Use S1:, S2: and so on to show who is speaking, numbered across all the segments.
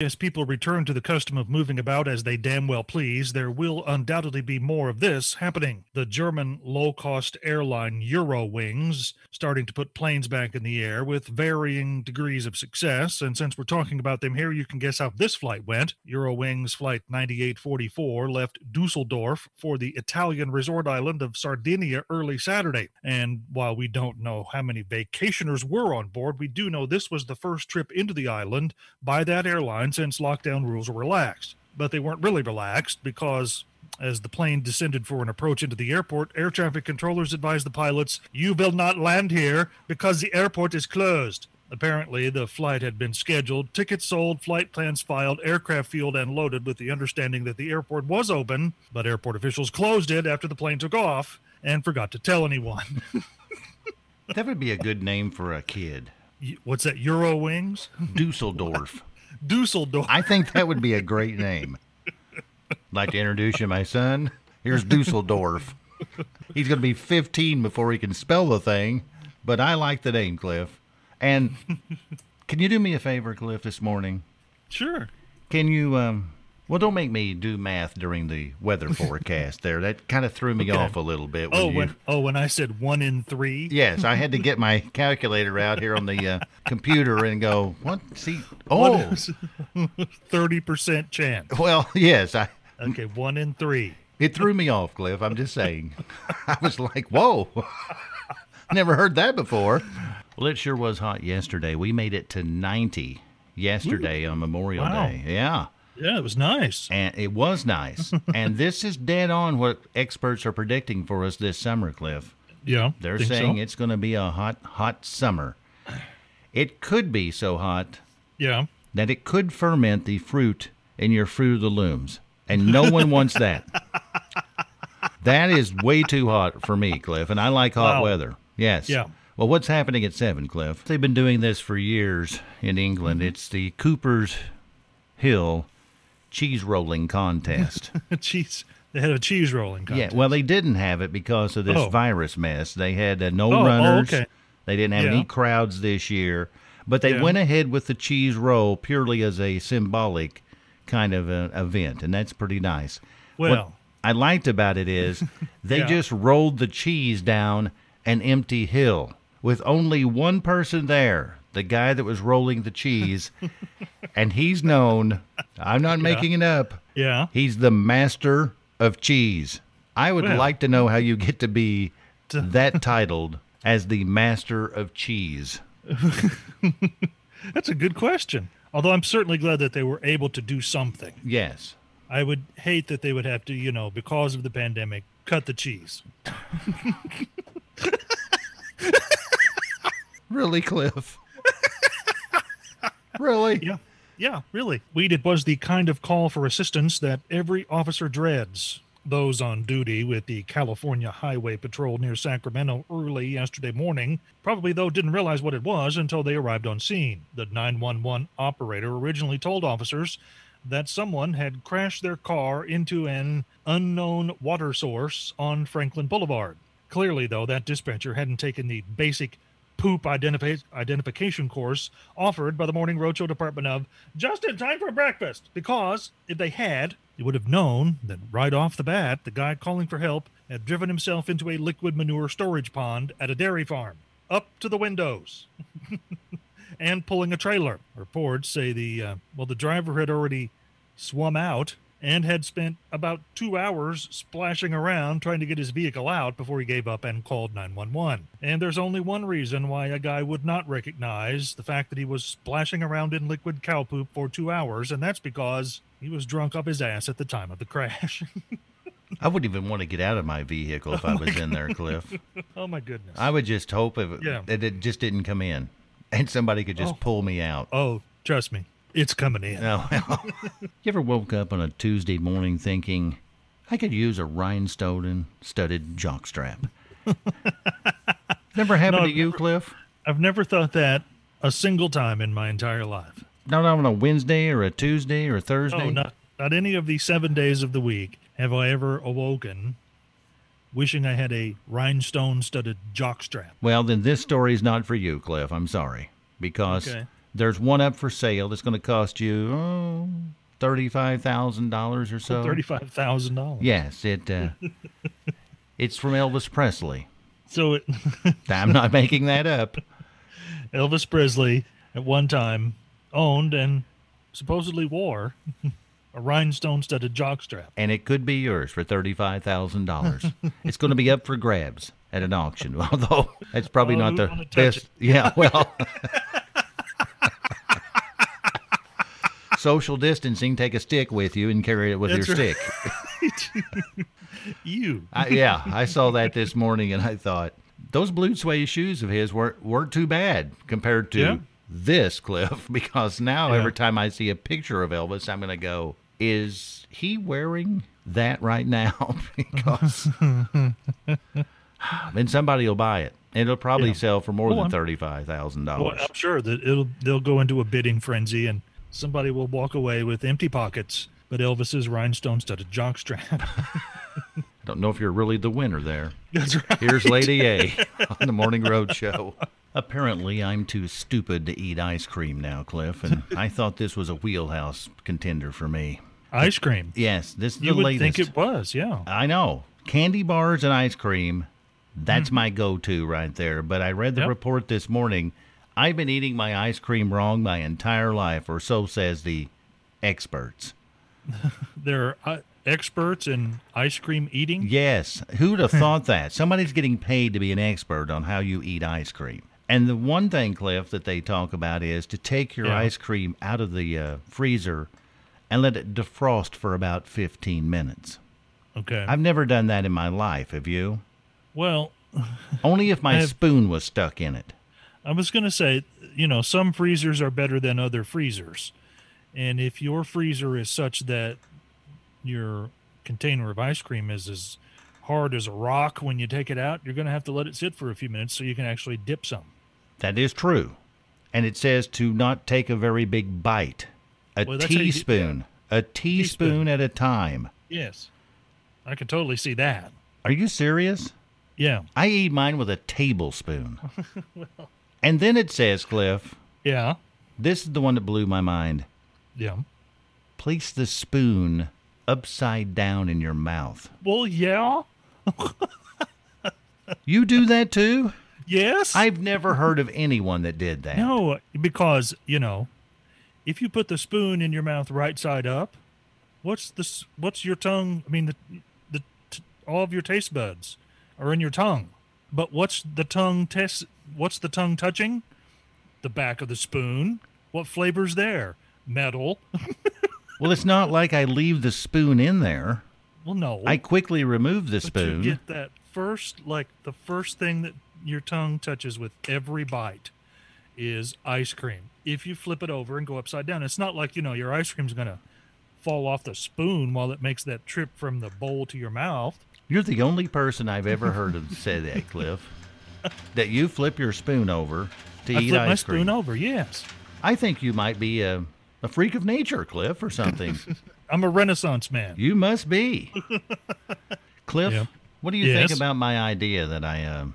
S1: As people return to the custom of moving about as they damn well please, there will undoubtedly be more of this happening. The German low cost airline Eurowings starting to put planes back in the air with varying degrees of success. And since we're talking about them here, you can guess how this flight went. Eurowings Flight 9844 left Dusseldorf for the Italian resort island of Sardinia early Saturday. And while we don't know how many vacationers were on board, we do know this was the first trip into the island by that airline since lockdown rules were relaxed. But they weren't really relaxed because as the plane descended for an approach into the airport, air traffic controllers advised the pilots, You will not land here because the airport is closed. Apparently, the flight had been scheduled, tickets sold, flight plans filed, aircraft fueled and loaded, with the understanding that the airport was open, but airport officials closed it after the plane took off and forgot to tell anyone.
S2: That would be a good name for a kid.
S1: You- What's that, Euro Wings?
S2: Dusseldorf.
S1: Dusseldorf.
S2: I think that would be a great name. Like to introduce you, my son. Here's Dusseldorf. He's going to be 15 before he can spell the thing, but I like the name, Cliff. And can you do me a favor, Cliff, this morning?
S1: Sure.
S2: Can you, um, well, don't make me do math during the weather forecast there. That kind of threw me off a little bit. When
S1: Oh,
S2: you,
S1: when, oh, when I said one in three?
S2: Yes, I had to get my calculator out here on the uh, computer and go, what? See, oh,
S1: 30% chance.
S2: well, yes, I,
S1: Okay, one in three.
S2: it threw me off, Cliff. I'm just saying. I was like, whoa, never heard that before. Well, it sure was hot yesterday. We made it to 90 yesterday on Memorial
S1: Wow.
S2: Day. Yeah.
S1: Yeah, it was nice.
S2: And it was nice. and this is dead on what experts are predicting for us this summer, Cliff.
S1: Yeah.
S2: They're
S1: think so.
S2: saying it's going to be a hot, hot summer. It could be so hot
S1: Yeah.
S2: that it could ferment the fruit in your Fruit of the Looms. And no one wants that. That is way too hot for me, Cliff. And I like hot
S1: Wow.
S2: weather. Yes.
S1: Yeah.
S2: Well, what's happening at 7, Cliff? They've been doing this for years in England.
S1: Mm-hmm.
S2: It's the Cooper's Hill Cheese Rolling Contest.
S1: cheese. They had a cheese rolling contest.
S2: Yeah, well, they didn't have it because of this
S1: Oh.
S2: virus mess. They had uh, no
S1: Oh, oh,
S2: runners.
S1: okay.
S2: They didn't have
S1: Yeah.
S2: any crowds this year, but they
S1: Yeah.
S2: went ahead with the cheese roll purely as a symbolic kind of uh event, and that's pretty nice. what
S1: Well.
S2: I liked about it is they
S1: Yeah.
S2: just rolled the cheese down an empty hill with only one person there. The guy that was rolling the cheese, and he's known. I'm not making it up.
S1: Yeah.
S2: He's the master of cheese. I would
S1: Well.
S2: like to know how you get to be that titled as the master of cheese.
S1: That's a good question. Although I'm certainly glad that they were able to do something.
S2: Yes.
S1: I would hate that they would have to, you know, because of the pandemic, cut the cheese.
S2: Really, Cliff? really?
S1: Yeah. Yeah, really. Weed, it was the kind of call for assistance that every officer dreads. Those on duty with the California Highway Patrol near Sacramento early yesterday morning probably, though, didn't realize what it was until they arrived on scene. The 911 operator originally told officers that someone had crashed their car into an unknown water source on Franklin Boulevard. Clearly, though, that dispatcher hadn't taken the basic poop identifi- identification course offered by the Morning Roadshow Department of just in time for breakfast. Because if they had, they would have known that right off the bat, the guy calling for help had driven himself into a liquid manure storage pond at a dairy farm, up to the windows and pulling a trailer. Reports say the uh, well, the driver had already swum out and had spent about two hours splashing around trying to get his vehicle out before he gave up and called 911. And there's only one reason why a guy would not recognize the fact that he was splashing around in liquid cow poop for two hours, and that's because he was drunk up his ass at the time of the crash.
S2: I wouldn't even want to get out of Oh my vehicle if I was in there, Cliff.
S1: oh my goodness.
S2: I would just hope if
S1: Yeah.
S2: that it just didn't come in. and somebody could just
S1: Oh.
S2: pull me out.
S1: Oh, trust me, it's coming in.
S2: No. Oh, you ever woke up on a Tuesday morning thinking, I could use a rhinestone and studded jockstrap? Never happened
S1: No,
S2: to you, Cliff?
S1: I've never thought that a single time in my entire life.
S2: Not on a Wednesday or a Tuesday or Thursday?
S1: No, Oh, not not any of the seven days of the week have I ever awoken wishing I had a rhinestone-studded jockstrap.
S2: Well, then this story's not for you, Cliff. I'm sorry. Because
S1: Okay.
S2: there's one up for sale that's going to cost you oh, $35,000 or so.
S1: Thirty-five thousand dollars.
S2: Yes, it. Uh, it's from Elvis Presley.
S1: So it,
S2: I'm not making that up.
S1: Elvis Presley at one time owned and supposedly wore a rhinestone-studded jockstrap.
S2: and it could be yours for $35,000. it's going to be up for grabs at an auction, although that's probably
S1: Oh,
S2: not
S1: who'd
S2: the
S1: wanna touch
S2: best.
S1: it?
S2: Yeah, well. Social distancing, take a stick with you and carry it with
S1: That's
S2: your
S1: right.
S2: stick.
S1: You.
S2: I, yeah, I saw that this morning and I thought, those blue suede shoes of his weren't, weren't too bad compared to
S1: Yeah.
S2: this, Cliff, because now
S1: Yeah.
S2: every time I see a picture of Elvis, I'm going to go, is he wearing that right now? because then somebody will buy it. And it'll probably
S1: Yeah.
S2: sell for more
S1: Well,
S2: than
S1: I'm-
S2: $35,000.
S1: Well, I'm sure that it'll they'll go into a bidding frenzy and somebody will walk away with empty pockets, but Elvis's rhinestone studded jockstrap.
S2: I don't know if you're really the winner there.
S1: That's right.
S2: Here's Lady A on the Morning Road Show. Apparently, I'm too stupid to eat ice cream now, Cliff, and I thought this was a wheelhouse contender for me.
S1: Ice cream.
S2: Yes, this is
S1: You
S2: the
S1: would
S2: latest.
S1: think it was, yeah.
S2: I know. Candy bars and ice cream, that's my go to right there. But I read the
S1: Hmm. Yep.
S2: report this morning. I've been eating my ice cream wrong my entire life, or so says the experts.
S1: They're uh, experts in ice cream eating.
S2: Yes. Who'd have thought that? Somebody's getting paid to be an expert on how you eat ice cream. And the one thing, Cliff, that they talk about is to take your
S1: Yeah.
S2: ice cream out of the uh, freezer and let it defrost for about 15 minutes.
S1: Okay.
S2: I've never done that in my life, have you?
S1: well,
S2: Only if my
S1: I've-
S2: spoon was stuck in it.
S1: I was going to say, you know, some freezers are better than other freezers. And if your freezer is such that your container of ice cream is as hard as a rock when you take it out, you're going to have to let it sit for a few minutes so you can actually dip some.
S2: That is true. And it says to not take a very big bite, a
S1: Well, that's how you do-
S2: teaspoon, a teaspoon at a time.
S1: Yes. I could totally see that.
S2: Are you serious?
S1: Yeah.
S2: I eat mine with a tablespoon. and then it says, Cliff,
S1: Yeah.
S2: this is the one that blew my mind.
S1: Yeah.
S2: Place the spoon upside down in your mouth.
S1: Well, yeah.
S2: You do that too?
S1: Yes.
S2: I've never heard of anyone that did that.
S1: No, because you know, if you put the spoon in your mouth right side up, what's this? What's your tongue? I mean, the the t- all of your taste buds are in your tongue, but what's the tongue test? What's the tongue touching? The back of the spoon. What flavors there? Metal.
S2: Well, it's not like I leave the spoon in there.
S1: Well, no.
S2: I quickly remove the
S1: but you
S2: spoon.
S1: get that first, like the first thing that your tongue touches with every bite is ice cream. If you flip it over and go upside down, it's not like you know your ice cream's gonna fall off the spoon while it makes that trip from the bowl to your mouth.
S2: You're the only person I've ever heard of say that, Cliff. that you flip your spoon over to
S1: I
S2: eat
S1: flip my
S2: ice cream.
S1: spoon over. Yes,
S2: I think you might be a, a freak of nature, Cliff, or something.
S1: I'm a Renaissance man.
S2: You must be. Cliff,
S1: Yeah.
S2: what do you
S1: Yes?
S2: think about my idea that I um,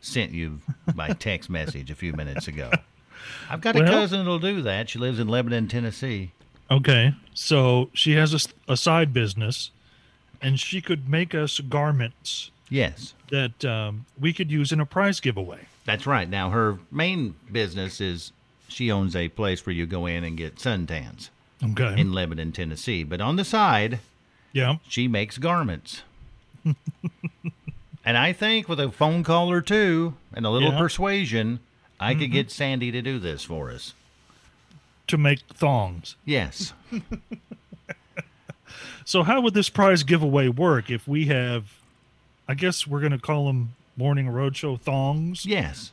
S2: sent you by text message a few minutes ago? I've got a
S1: Well-
S2: cousin that'll do that. She lives in Lebanon, Tennessee.
S1: Okay, so she has a s a a side business, and she could make us garments
S2: Yes,
S1: that um, we could use in a prize giveaway.
S2: that's right. Now, her main business is she owns a place where you go in and get suntans
S1: Okay.
S2: in Lebanon, Tennessee. But on the side,
S1: yeah.
S2: she makes garments. and I think with a phone call or two and a little
S1: Yeah.
S2: persuasion, I could get Sandy to do this for us.
S1: To make thongs.
S2: Yes.
S1: So how would this prize giveaway work if we have I guess we're going to call them morning roadshow thongs.
S2: Yes.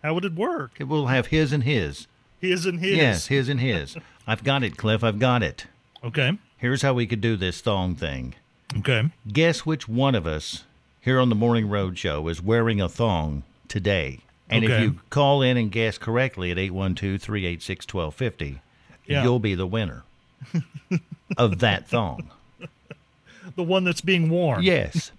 S1: How would it work?
S2: It will have his and his.
S1: His and his.
S2: Yes, his and his. I've got it, Cliff. I've got it.
S1: Okay.
S2: Here's how we could do this thong thing.
S1: Okay.
S2: Guess which one of us here on the Morning Road Show is wearing a thong today? And if
S1: Okay.
S2: you call in and guess correctly at 812 386 1250,
S1: Yeah.
S2: you'll be the winner of that thong.
S1: The one that's being worn.
S2: Yes.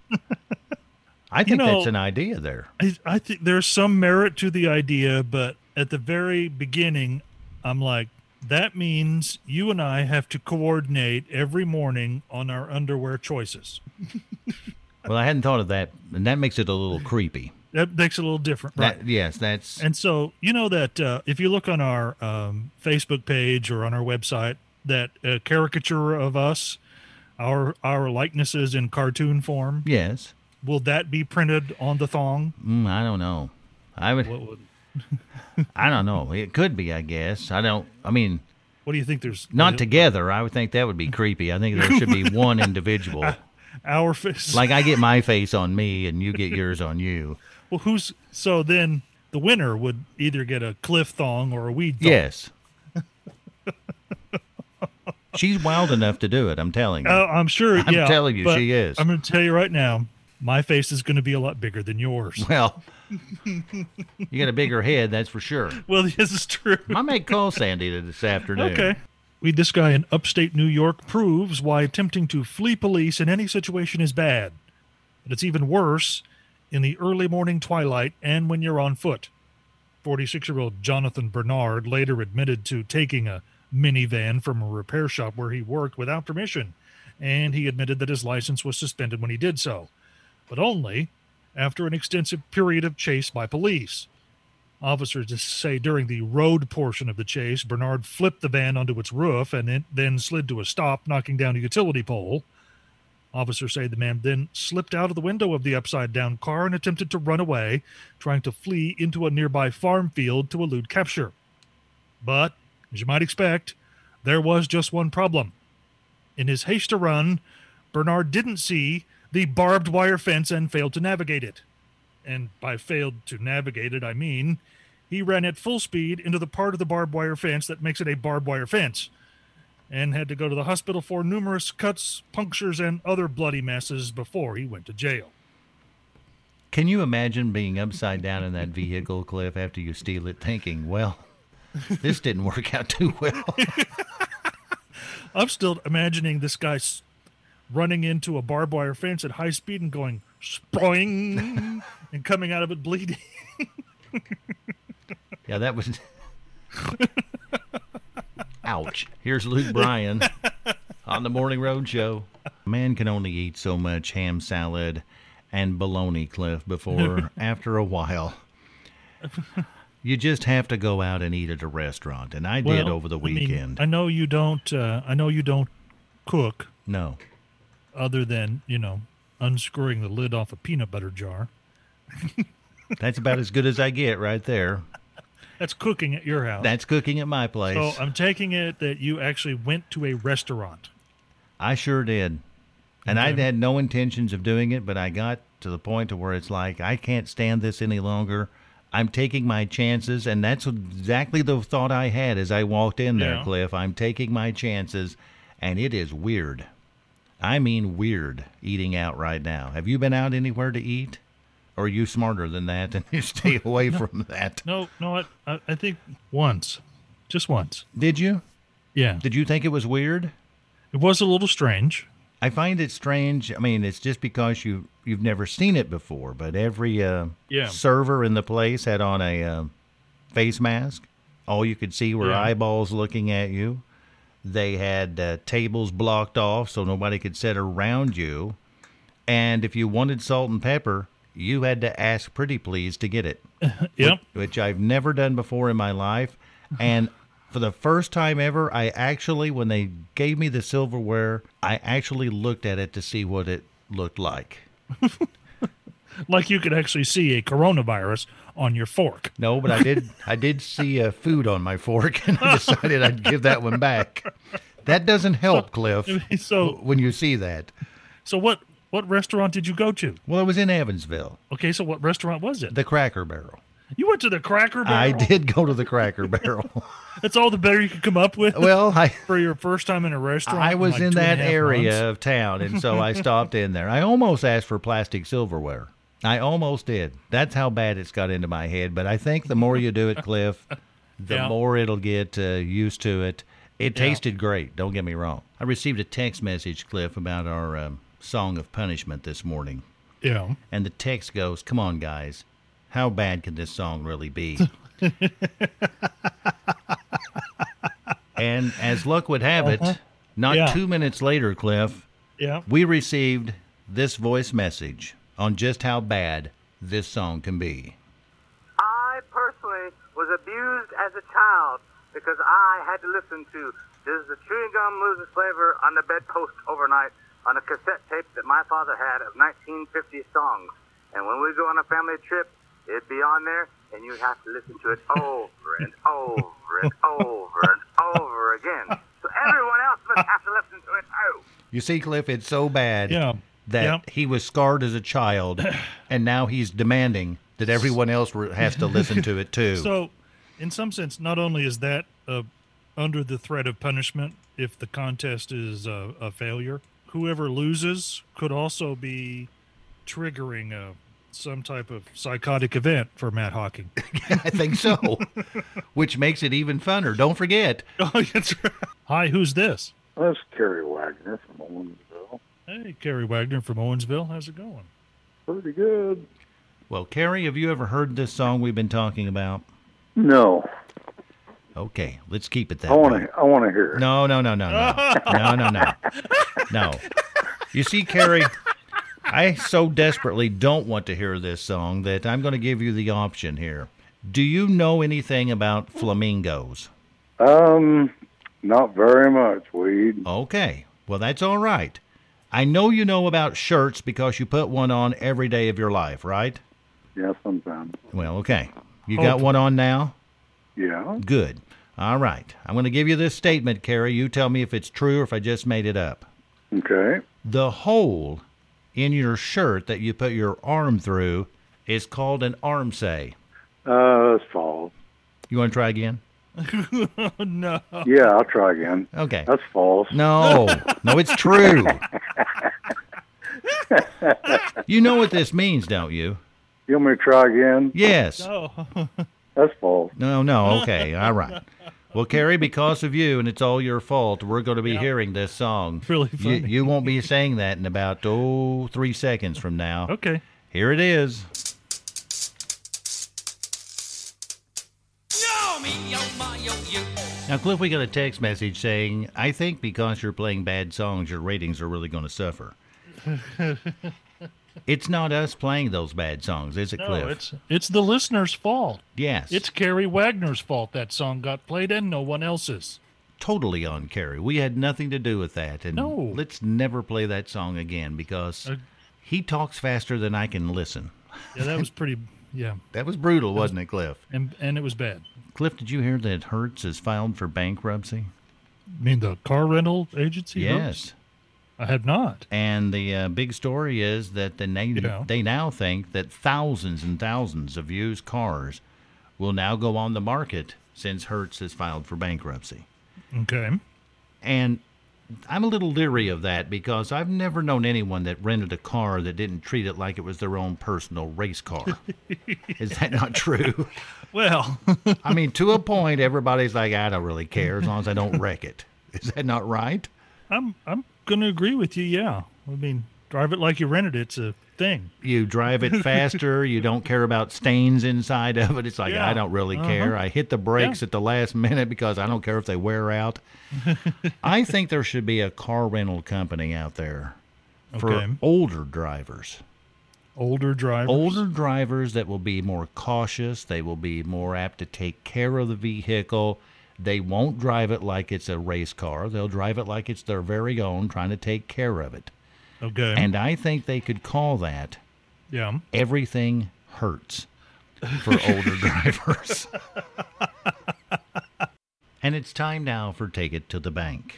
S2: I think
S1: know-
S2: that's an idea there.
S1: I, I think there's some merit to the idea, but at the very beginning, I'm like, that means you and I have to coordinate every morning on our underwear choices.
S2: Well, I hadn't thought of that, and that makes it a little creepy.
S1: That makes it a little different, right?
S2: That, yes, that's
S1: And so, you know that uh, if you look on our um, Facebook page or on our website, that uh, caricature of us, our our likenesses in cartoon form,
S2: yes.
S1: will that be printed on the thong?
S2: Mm, I don't know. I would.
S1: What, would-
S2: I don't know. It could be, I guess. I don't. I mean,
S1: what do you think? There's uh,
S2: not together. I would think that would be creepy. I think there should be one individual.
S1: our face.
S2: Like I get my face on me, and you get yours on you.
S1: well, who's so then the winner would either get a cliff thong or a weed thong.
S2: Yes. She's wild enough to do it. I'm telling you.
S1: Oh, I'm sure.
S2: I'm
S1: yeah,
S2: telling you,
S1: but
S2: she is.
S1: I'm going to tell you right now, my face is going to be a lot bigger than yours.
S2: Well, you got a bigger head, that's for sure.
S1: well, this is true.
S2: I may call Sandy this afternoon.
S1: Okay. Read this guy in upstate New York proves why attempting to flee police in any situation is bad. But it's even worse in the early morning twilight and when you're on foot. 46 year old Jonathan Bernard later admitted to taking a minivan from a repair shop where he worked without permission, and he admitted that his license was suspended when he did so, but only after an extensive period of chase by police. Officers just say during the road portion of the chase, Bernard flipped the van onto its roof and it then slid to a stop, knocking down a utility pole. Officers say the man then slipped out of the window of the upside down car and attempted to run away, trying to flee into a nearby farm field to elude capture. But, as you might expect, there was just one problem. In his haste to run, Bernard didn't see the barbed wire fence and failed to navigate it and by failed to navigate it, I mean he ran at full speed into the part of the barbed wire fence that makes it a barbed wire fence and had to go to the hospital for numerous cuts, punctures, and other bloody messes before he went to jail.
S2: Can you imagine being upside down in that vehicle, Cliff, after you steal it, thinking, well, this didn't work out too well?
S1: I'm still imagining this guy s- running into a barbed wire fence at high speed and going spring and coming out of it bleeding.
S2: yeah, that was. Ouch. Here's Luke Bryan on the Morning Road Show. Man can only eat so much ham salad and bologna, Cliff, before after a while. You just have to go out and eat at a restaurant, and I did
S1: Well,
S2: over the
S1: I mean,
S2: weekend.
S1: I know you don't. Uh, I know you don't cook,
S2: no,
S1: other than you know unscrewing the lid off a peanut butter jar.
S2: that's about as good as I get right there.
S1: That's cooking at your house.
S2: That's cooking at my place.
S1: so I'm taking it that you actually went to a restaurant.
S2: I sure did. And I
S1: Okay.
S2: had no intentions of doing it, but I got to the point to where it's like, I can't stand this any longer. I'm taking my chances, and that's exactly the thought I had as I walked in there,
S1: Yeah.
S2: Cliff. I'm taking my chances, and it is weird. I mean, weird eating out right now. Have you been out anywhere to eat? Or are you smarter than that and you stay away from that?
S1: No, no, I, I, I think once, just once.
S2: Did you?
S1: Yeah,
S2: Did you think it was weird?
S1: it was a little strange.
S2: I find it strange. I mean, it's just because you you've never seen it before, but every uh,
S1: Yeah.
S2: server in the place had on a uh, face mask. All you could see were
S1: Yeah.
S2: eyeballs looking at you. They had uh, tables blocked off so nobody could sit around you. And if you wanted salt and pepper, you had to ask pretty please to get it
S1: Yep.
S2: which I've never done before in my life. And for the first time ever, I actually, when they gave me the silverware, I actually looked at it to see what it looked like.
S1: Like you could actually see a coronavirus on your fork.
S2: No, but I did. I did see uh, food on my fork, and I decided I'd give that one back. That doesn't help, Cliff.
S1: So,
S2: When you see that,
S1: so what? What restaurant did you go to?
S2: Well, it was in Evansville,
S1: Okay, so what restaurant was it?
S2: the Cracker Barrel.
S1: You went to the Cracker Barrel.
S2: I did go to the Cracker Barrel.
S1: That's all the better you could come up with
S2: well, I
S1: for your first time in a restaurant.
S2: I was
S1: like
S2: in
S1: two
S2: that
S1: and a half
S2: area
S1: months.
S2: of town, and so I stopped in there. I almost asked for plastic silverware. I almost did. That's how bad it's got into my head. But I think the more you do it, Cliff, the
S1: Yeah.
S2: more it'll get uh, used to it. It
S1: Yeah.
S2: tasted great. Don't get me wrong. I received a text message, Cliff, about our um, song of punishment this morning,
S1: Yeah.
S2: and the text goes, "Come on, guys, how bad can this song really be?" and as luck would have
S1: Uh-huh.
S2: it, not
S1: Yeah.
S2: two minutes later, Cliff,
S1: Yeah.
S2: we received this voice message on just how bad this song can be.
S3: I personally was abused as a child because I had to listen to Does the Chewing Gum Lose Its Flavor on the Bedpost Overnight on a cassette tape that my father had of 1950 songs. And when we go on a family trip, it'd be on there and you'd have to listen to it over and over and over and over again. So everyone else must have to listen to it too.
S2: You see, Cliff, it's so bad
S1: Yeah.
S2: that
S1: Yeah.
S2: he was scarred as a child, and now he's demanding that everyone else re- has to listen to it too.
S1: So, in some sense, not only is that uh, under the threat of punishment if the contest is uh, a failure, whoever loses could also be triggering uh, some type of psychotic event for Matt Hawking.
S2: I think so, which makes it even funner. Don't forget,
S1: oh, that's right. Hi, who's this?
S4: That's Kerry Wagner from Owensville.
S1: Hey, Kerry Wagner from Owensville. How's it going?
S4: Pretty good.
S2: well, Carrie, have you ever heard this song we've been talking about?
S4: No,
S2: Okay, let's keep it that
S4: I
S2: way.
S4: want to. I want to hear. it.
S2: No, no, no, no, no, no, no, no, no. You see, Carrie, I so desperately don't want to hear this song that I'm going to give you the option here. Do you know anything about flamingos?
S4: Um, not very much. Weed.
S2: Okay, well that's all right. I know you know about shirts because you put one on every day of your life, right?
S4: Yeah, sometimes.
S2: Well, okay. You got
S1: Hope.
S2: one on now?
S4: Yeah.
S2: Good. All right. I'm going to give you this statement, Carrie. You tell me if it's true or if I just made it up.
S4: Okay.
S2: the hole in your shirt that you put your arm through is called an arm say.
S4: Uh, that's false.
S2: You want to try again?
S1: Oh, no.
S4: Yeah, I'll try again.
S2: Okay.
S4: That's false.
S2: No, no, it's true. You know what this means, don't you?
S4: You want me to try again?
S2: Yes.
S1: Oh,
S4: That's false.
S2: No, no. Okay. All right. Well, Carrie, because of you, and it's all your fault, we're going to be hearing this song.
S1: really
S2: You,
S1: funny.
S2: you won't be saying that in about, oh, three seconds from now.
S1: okay.
S2: Here it is. Now, Cliff, we got a text message saying, I think because you're playing bad songs, your ratings are really going to suffer. it's not us playing those bad songs, is it,
S1: No,
S2: Cliff?
S1: it's it's the listener's fault.
S2: yes.
S1: It's Kerry Wagner's fault that song got played and no one else's.
S2: totally on Carrie. We had nothing to do with that. And
S1: No.
S2: let's never play that song again because
S1: Uh,
S2: he talks faster than I can listen.
S1: Yeah, that was pretty. Yeah,
S2: That was brutal, wasn't it, Cliff?
S1: and and it was bad.
S2: Cliff, did you hear that Hertz has filed for bankruptcy?
S1: I mean, the car rental agency.
S2: yes.
S1: hosts? I have not.
S2: And the uh, big story is that the na-
S1: Yeah.
S2: they now think that thousands and thousands of used cars will now go on the market since Hertz has filed for bankruptcy.
S1: Okay.
S2: And I'm a little leery of that because I've never known anyone that rented a car that didn't treat it like it was their own personal race car. Is that not true?
S1: Well,
S2: I mean, to a point, everybody's like, I don't really care as long as I don't wreck it. Is that not right?
S1: I'm I'm gonna agree with you. Yeah, I mean, drive it like you rented it's a thing.
S2: you drive it faster. you don't care about stains inside of it. It's like
S1: Yeah. Uh-huh.
S2: I don't really care. I hit the brakes at the last minute because I don't care if they wear out. I think there should be a car rental company out there for
S1: Okay.
S2: older drivers.
S1: Older driver.
S2: Older drivers that will be more cautious, they will be more apt to take care of the vehicle. They won't drive it like it's a race car. They'll drive it like it's their very own, trying to take care of it.
S1: Okay.
S2: And I think they could call that
S1: yeah.
S2: everything hurts for older drivers. and it's time now for Take It to the Bank.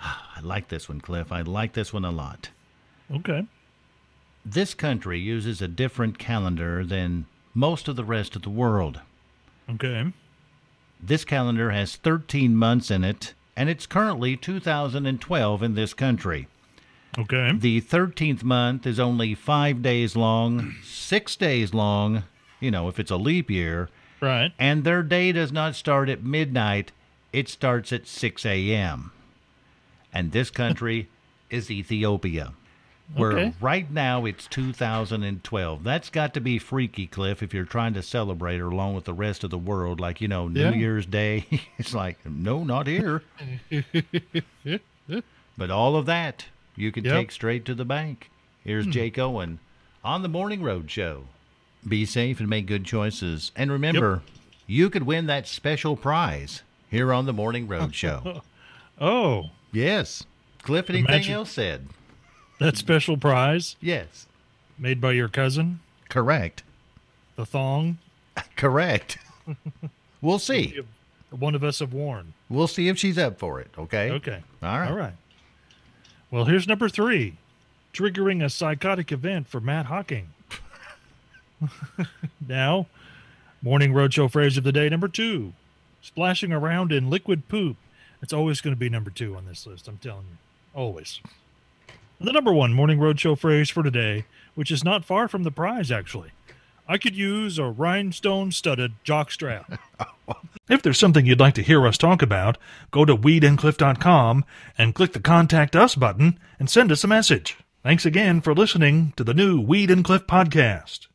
S2: I like this one, Cliff. I like this one a lot.
S1: Okay.
S2: This country uses a different calendar than most of the rest of the world.
S1: Okay.
S2: This calendar has 13 months in it, and it's currently 2012 in this country.
S1: Okay.
S2: The 13th month is only five days long, six days long, you know, if it's a leap year,
S1: Right.
S2: and their day does not start at midnight, it starts at 6 a.m. And this country is Ethiopia, where
S1: Okay.
S2: right now it's 2012. That's got to be freaky, Cliff, if you're trying to celebrate her along with the rest of the world. Like, you know, New
S1: Yeah.
S2: Year's Day. it's like, no, not here. but all of that you can
S1: Yep.
S2: take straight to the bank. Here's Jake Owen on the Morning Road Show. Be safe and make good choices. And remember, you could win that special prize here on the Morning Road Show.
S1: Oh,
S2: yes. Cliff, anything
S1: Imagine-
S2: else said?
S1: that special prize
S2: Yes.
S1: made by your cousin,
S2: Correct.
S1: the thong
S2: Correct. we'll see.
S1: one of us have worn.
S2: We'll see if she's up for it. Okay.
S1: Okay.
S2: All right.
S1: All right. Well, here's number three triggering a psychotic event for Matt Hocking. now, Morning Roadshow phrase of the day number two splashing around in liquid poop. It's always going to be number two on this list, I'm telling you. Always. And the number one Morning Roadshow phrase for today, which is not far from the prize, actually. I could use a rhinestone studded jockstrap. If there's something you'd like to hear us talk about, go to weedandcliff.com and click the Contact Us button and send us a message. Thanks again for listening to the new Weed and Cliff podcast.